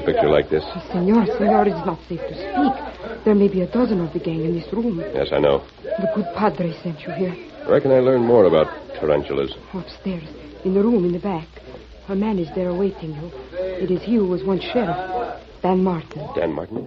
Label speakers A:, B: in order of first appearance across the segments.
A: like this?
B: Senor, senor, it is not safe to speak. There may be a dozen of the gang in this room.
A: Yes, I know.
B: The good padre sent you here.
A: Where can I learn more about tarantulas?
B: Upstairs, in the room in the back. A man is there awaiting you. It is he who was once sheriff, Dan Martin.
A: Dan Martin?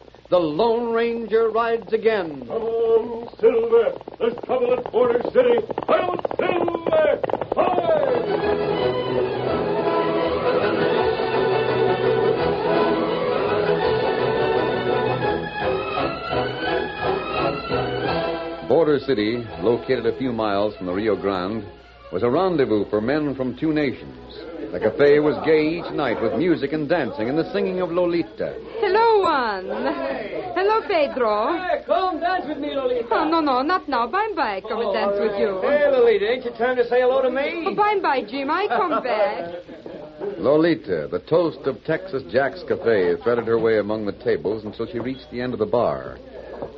C: The Lone Ranger rides again.
D: Come on, Silver! There's trouble at Border City! Hello, Silver! Hi!
C: Border City, located a few miles from the Rio Grande, was a rendezvous for men from two nations. The cafe was gay each night with music and dancing and the singing of Lolita.
B: Hello, Juan. Hello, Pedro.
E: Come dance with me, Lolita.
B: Oh, no, no, not now. By and by, I come and dance with you.
E: Hey, Lolita, ain't your time to say hello to me?
B: Oh, by and by, Jim, I come back.
C: Lolita, the toast of Texas Jack's Cafe, threaded her way among the tables until she reached the end of the bar.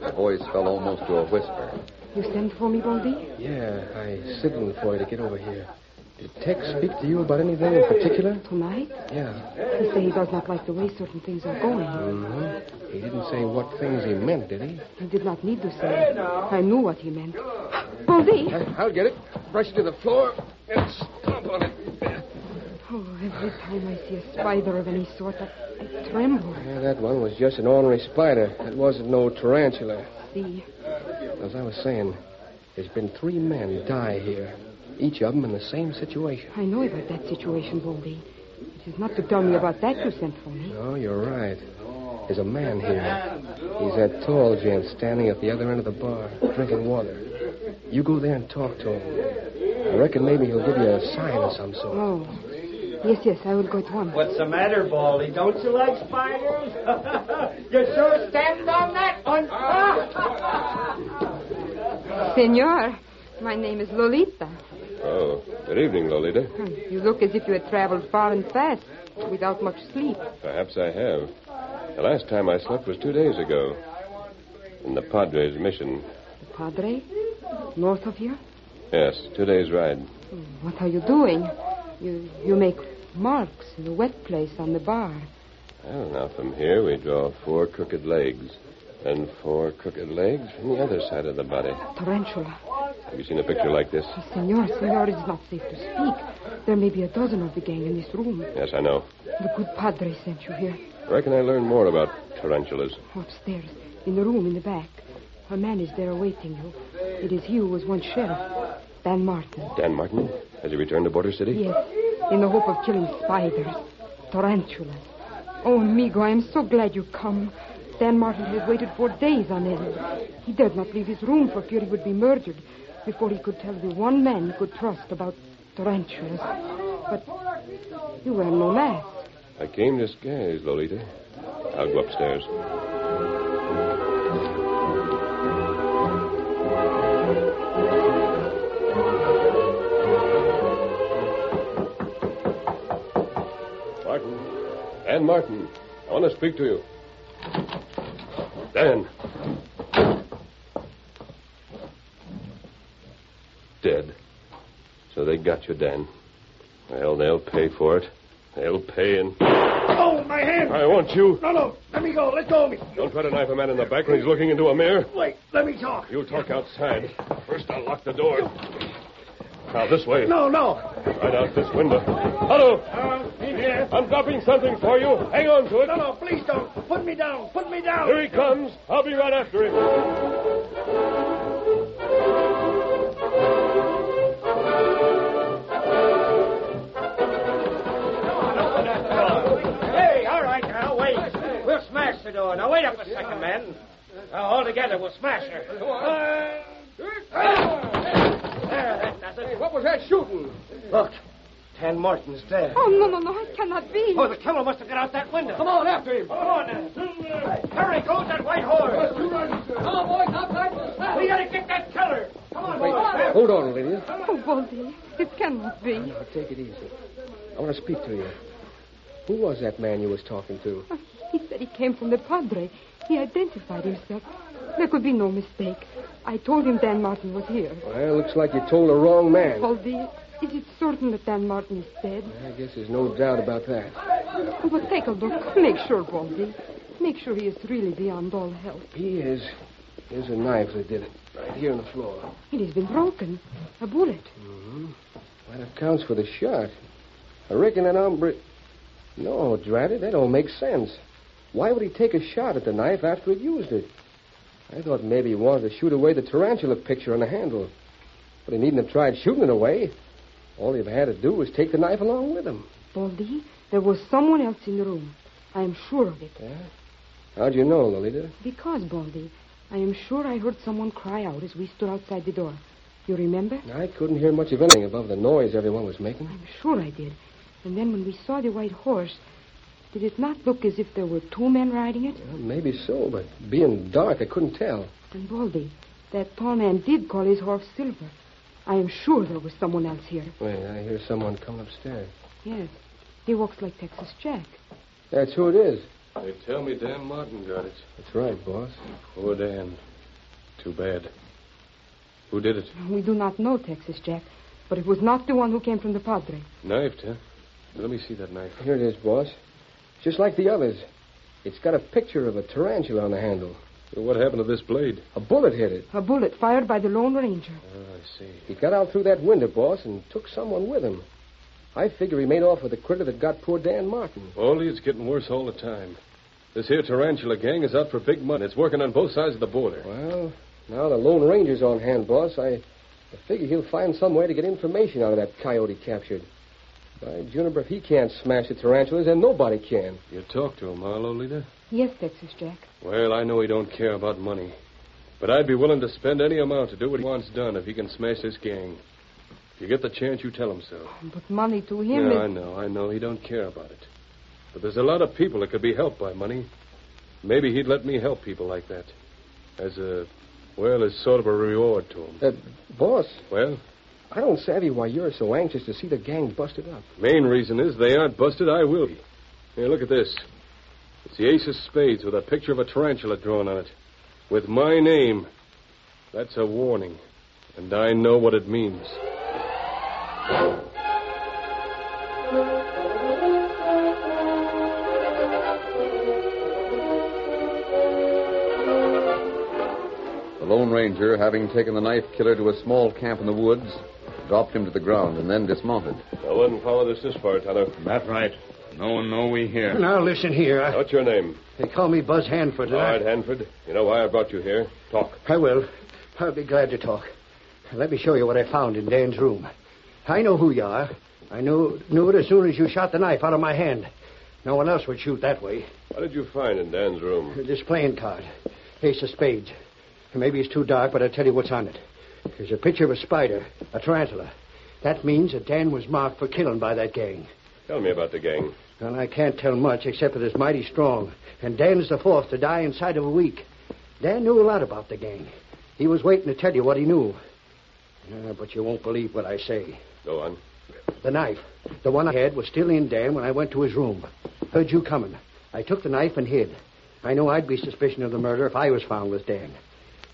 C: Her voice fell almost to a whisper.
B: You send for me, Baldy?
F: Yeah, I signaled for you to get over here. Did Tex speak to you about anything in particular?
B: Tonight?
F: Yeah.
B: He say he does not like the way certain things are going.
F: Mm-hmm. He didn't say what things he meant, did he?
B: He did not need to say. I knew what he meant. Baldy!
F: I'll get it. Brush it to the floor and stomp on it.
B: Oh, every time I see a spider of any sort, I, I tremble.
F: Yeah, that one was just an ordinary spider. It wasn't no tarantula.
B: See,
F: As I was saying, there's been three men die here. Each of them in the same situation.
B: I know about that situation, Baldy. It is not to tell me about that you sent for me.
F: Oh, you're right. There's a man here. He's that tall gent standing at the other end of the bar, drinking water. You go there and talk to him. I reckon maybe he'll give you a sign of some sort.
B: Oh. Yes, yes, I will go at once.
E: What's the matter, Baldy? Don't you like spiders? you sure stand on that one.
B: Senor, my name is Lolita.
A: Oh, good evening, Lolita.
B: Hmm, You look as if you had traveled far and fast without much sleep.
A: Perhaps I have. The last time I slept was two days ago. In the Padres' mission.
B: Padre, north of here?
A: Yes, two days' ride.
B: What are you doing? You, you make marks in the wet place on the bar.
A: Well, now from here we draw four crooked legs. And four crooked legs from the other side of the body.
B: Tarantula.
G: Have you seen a picture like this?
B: Senor, senor, it is not safe to speak. There may be a dozen of the gang in this room.
G: Yes, I know.
B: The good padre sent you here.
G: Where can I learn more about tarantulas?
B: Upstairs, in the room in the back. A man is there awaiting you. It is he who was once sheriff, Dan Martin.
G: Dan Martin? Has he returned to Border City?
B: Yes, in the hope of killing spiders, tarantulas. Oh, amigo, I am so glad you come. Dan Martin has waited for days on end. He dared not leave his room for fear he would be murdered before he could tell the one man he could trust about tarantulas. But you wear no mask.
G: I came disguised, Lolita. I'll go upstairs. Martin. Dan Martin. I want to speak to you. Dan. Dead. So they got you, Dan. Well, they'll pay for it. They'll pay and.
H: Oh, my hand!
G: I want you.
H: No, no, let me go. Let go of me.
G: Don't try to knife a man in the back when he's looking into a mirror.
H: Wait, let me talk.
G: You talk outside. First, I'll lock the door. Now, this way.
H: No, no.
G: Right out this window. Hello.
H: Uh, in here.
G: I'm dropping something for you. Hang on to it.
H: No, no, please don't. Put me down. Put me down.
G: Here he comes. I'll be right after him.
E: Hey, all right now, wait. We'll smash the door. Now, wait up a second, men. Now, all together, we'll smash her.
H: What was that shooting? Look, Tan Martin's dead.
B: Oh, no, no, no, it cannot be.
E: Oh, the killer must have got out that window.
H: Come on, after him.
E: Come on, now. Hurry, go with that white horse.
H: Come
E: on, boys, outside the saddle. We gotta get that killer. Come on, boys.
I: Hold on, Olivia.
B: Oh, Baldy, it cannot be.
I: Now, take it easy. I want to speak to you. Who was that man you was talking to?
B: He said he came from the Padre. He identified himself. There could be no mistake. I told him Dan Martin was here.
I: Well, looks like you told the wrong man.
B: Baldy, is it certain that Dan Martin is dead?
I: I guess there's no doubt about that.
B: Oh, but take a look. Make sure, Baldy. Make sure he is really beyond all help.
I: He is. Here's a knife that did it, right here on the floor.
B: It has been broken. A bullet.
I: That accounts for the shot. I reckon that hombre. No, drat it, that don't make sense. Why would he take a shot at the knife after he'd used it? I thought maybe he wanted to shoot away the tarantula picture on the handle. But he needn't have tried shooting it away. All he'd had to do was take the knife along with him.
B: Baldy, there was someone else in the room. I am sure of it.
I: How'd you know, Lolita?
B: Because, Baldy, I am sure I heard someone cry out as we stood outside the door. You remember?
I: I couldn't hear much of anything above the noise everyone was making.
B: I'm sure I did. And then when we saw the white horse, did it not look as if there were two men riding it?
I: Well, maybe so, but being dark, I couldn't tell.
B: And Baldy, that tall man did call his horse Silver. I am sure there was someone else here.
I: Wait, I hear someone coming upstairs.
B: Yes. He walks like Texas Jack.
I: That's who it is.
A: They tell me Dan Martin got it.
I: That's right, boss.
A: Poor Dan. Too bad. Who did it?
B: We do not know Texas Jack, but it was not the one who came from the Padre.
A: Knifed, huh? Let me see that knife.
I: Here it is, boss. Just like the others. It's got a picture of a tarantula on the handle.
A: What happened to this blade?
I: A bullet hit it.
B: A bullet fired by the Lone Ranger.
A: Ah, I see.
I: He got out through that window, boss, and took someone with him. I figure he made off with the critter that got poor Dan Martin.
A: Only it's getting worse all the time. This here tarantula gang is out for big money. It's working on both sides of the border.
I: Well, now the Lone Ranger's on hand, boss. I, I figure he'll find some way to get information out of that coyote captured. By Juniper, if he can't smash the tarantulas, then nobody can.
A: You talked to him, huh, Lolita?
B: Yes, Texas Jack.
A: Well, I know he don't care about money. But I'd be willing to spend any amount to do what he wants done if he can smash this gang. If you get the chance, you tell him so.
B: But money to him
A: Yeah, I
B: is.
A: know, I know. He don't care about it. But there's a lot of people that could be helped by money. Maybe he'd let me help people like that. As a, well, as sort of a reward to him.
I: Uh, boss,
A: Well,
I: I don't savvy why you're so anxious to see the gang busted up.
A: main reason is they aren't busted, I will be. Here, look at this. It's the ace of spades with a picture of a tarantula drawn on it. With my name. That's a warning. And I know what it means.
C: The Lone Ranger. ranger, having taken the knife killer to a small camp in the woods, dropped him to the ground and then dismounted.
A: No one followed us this far, Tonto.
J: That's right. No one know we here.
I: Now, listen here. I-
A: What's your name?
I: They call me Buzz Hanford. and
A: All
I: I-
A: right, Hanford. You know why I brought you here. Talk.
I: I will. I'll be glad to talk. Let me show you what I found in Dan's room. I know who you are. I knew, knew it as soon as you shot the knife out of my hand. No one else would shoot that way.
A: What did you find in Dan's room?
I: This playing card, Ace of Spades. Maybe it's too dark, but I'll tell you what's on it. There's a picture of a spider, a tarantula. That means that Dan was marked for killing by that gang.
A: Tell me about the gang.
I: Well, I can't tell much except that it's mighty strong. And Dan's the fourth to die inside of a week. Dan knew a lot about the gang. He was waiting to tell you what he knew. Uh, but you won't believe what I say.
A: Go on.
I: The knife, the one I had, was still in Dan when I went to his room. Heard you coming. I took the knife and hid. I know I'd be suspicious of the murder if I was found with Dan.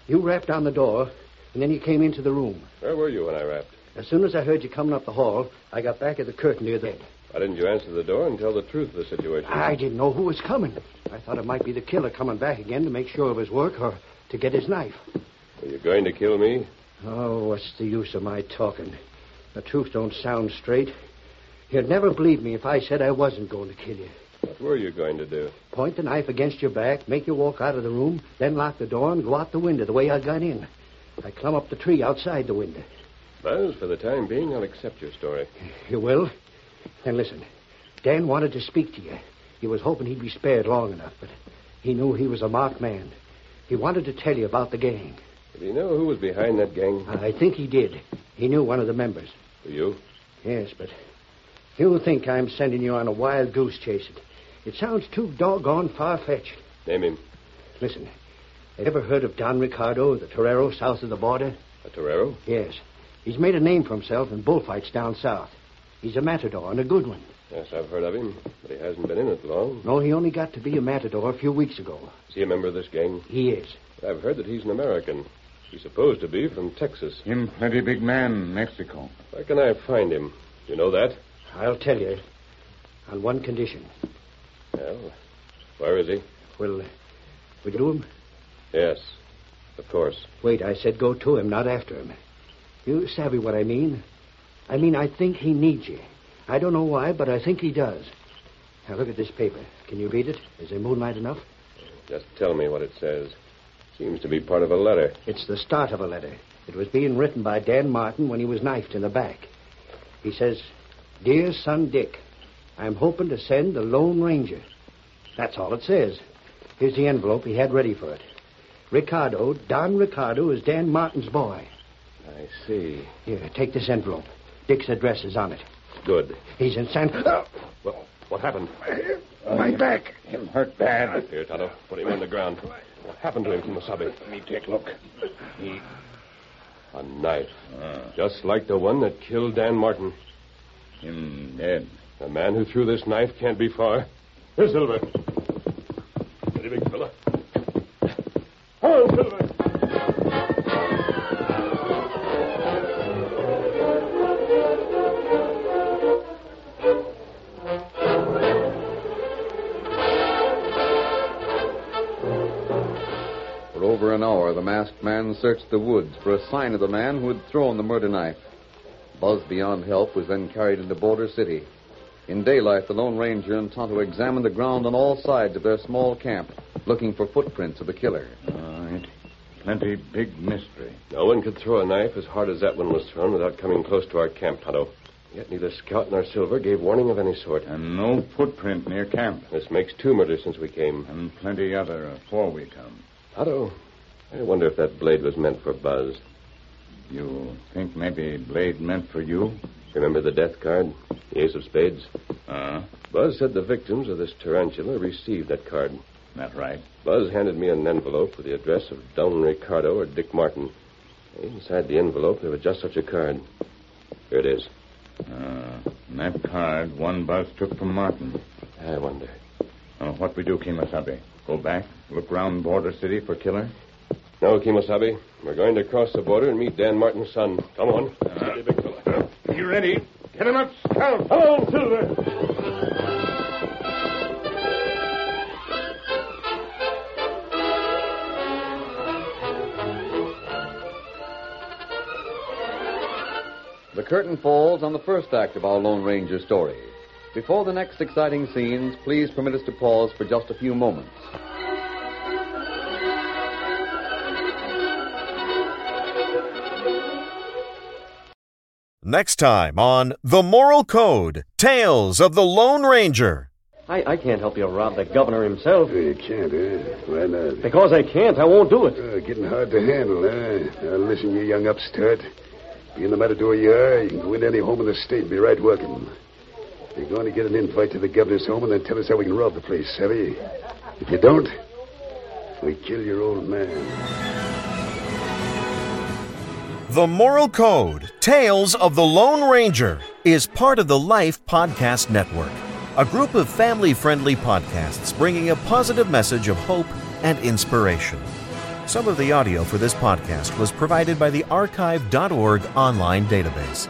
I: You rapped on the door, and then you came into the room.
A: Where were you when I rapped?
I: As soon as I heard you coming up the hall, I got back at the curtain near the bed.
A: Why didn't you answer the door and tell the truth of the situation?
I: I didn't know who was coming. I thought it might be the killer coming back again to make sure of his work or to get his knife.
A: Are you going to kill me?
I: Oh, what's the use of my talking? The truth don't sound straight. You'd never believe me if I said I wasn't going to kill you.
A: What were you going to do?
I: Point the knife against your back, make you walk out of the room, then lock the door and go out the window the way I got in. I climb up the tree outside the window.
A: Buzz, for the time being, I'll accept your story.
I: You will? Then listen. Dan wanted to speak to you. He was hoping he'd be spared long enough, but he knew he was a marked man. He wanted to tell you about the gang.
A: Did he know who was behind that gang?
I: I think he did. He knew one of the members.
A: Do you?
I: Yes, but you think I'm sending you on a wild goose chase. It, it sounds too doggone far fetched.
A: Name him.
I: Listen, have you ever heard of Don Ricardo, the torero south of the border?
A: A Torero?
I: Yes. He's made a name for himself in bullfights down south. He's a matador and a good one.
A: Yes, I've heard of him, but he hasn't been in it long.
I: No, he only got to be a matador a few weeks ago.
A: Is he a member of this gang?
I: He is.
A: I've heard that he's an American. He's supposed to be from Texas.
J: Him plenty big man, Mexico.
A: Where can I find him? You know that?
I: I'll tell you. On one condition.
A: Well, where is he?
I: Will, will you uh, do him?
A: Yes, of course.
I: Wait, I said go to him, not after him. You savvy what I mean? I mean, I think he needs you. I don't know why, but I think he does. Now, look at this paper. Can you read it? Is there moonlight enough?
A: Just tell me what it says. Seems to be part of a letter.
I: It's the start of a letter. It was being written by Dan Martin when he was knifed in the back. He says, Dear son Dick, I'm hoping to send the Lone Ranger. That's all it says. Here's the envelope he had ready for it. Ricardo, Don Ricardo, is Dan Martin's boy.
A: I see.
I: Here, take this envelope. Dick's address is on it.
A: Good.
I: He's in San.
A: Well, what happened?
J: Uh, My back. Him hurt bad.
A: Here, Tonto, put him on the ground. What happened to him, Kumasabe?
J: me take look. He
A: A knife. Just like the one that killed Dan Martin.
J: him dead.
A: The man who threw this knife can't be far. Here, Silver. Pretty big fella. On, Silver.
C: For over an hour, the masked man searched the woods for a sign of the man who had thrown the murder knife. Buzz Beyond Help was then carried into Border City. In daylight, the Lone Ranger and Tonto examined the ground on all sides of their small camp, looking for footprints of the killer.
J: All right. Plenty big mystery.
A: No one could throw a knife as hard as that one was thrown without coming close to our camp, Tonto. Yet neither Scout nor Silver gave warning of any sort.
J: And no footprint near camp.
A: This makes two murders since we came.
J: And plenty other afore we come.
A: Tonto, I wonder if that blade was meant for Buzz.
J: You think maybe blade meant for you?
A: Remember the death card? The ace of spades?
J: Uh,
A: Buzz said the victims of this tarantula received that card.
J: that right.
A: Buzz handed me an envelope with the address of Don Ricardo or Dick Martin. Inside the envelope, there was just such a card. Here it is.
J: Uh, and that card one Buzz took from Martin.
A: I wonder.
J: Uh, what we do, Kimasabe? Go back, look round Border City for killer?
A: No, Kimosabe. We're going to cross the border and meet Dan Martin's son. Come on. Steady, big fella.
J: Be Uh, ready. Get him up, scout!
D: Come on, Silver.
C: curtain falls on the first act of our Lone Ranger story. Before the next exciting scenes, please permit us to pause for just a few moments.
K: Next time on The Moral Code Tales of the Lone Ranger.
L: I, I can't help you rob the governor himself.
I: You can't, eh? Why not?
L: Because I can't, I won't do it.
I: Uh, getting hard to handle, eh? Now listen, you young upstart. Being the matador you are, you can go into any home in the state and be right welcome. You're going to get an invite to the governor's home and then tell us how we can rob the place, savvy? If you don't, we kill your old man.
K: The Moral Code Tales of the Lone Ranger is part of the Life Podcast Network, a group of family friendly podcasts bringing a positive message of hope and inspiration. Some of the audio for this podcast was provided by the archive.org online database.